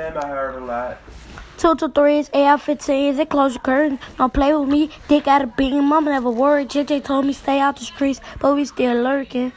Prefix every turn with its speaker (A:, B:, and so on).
A: time I heard a lot.
B: Two to three is AR 15. Is it close your curtain? Don't play with me. Dick out of being. Mama never worried. JJ told me stay out the streets, but we still lurking.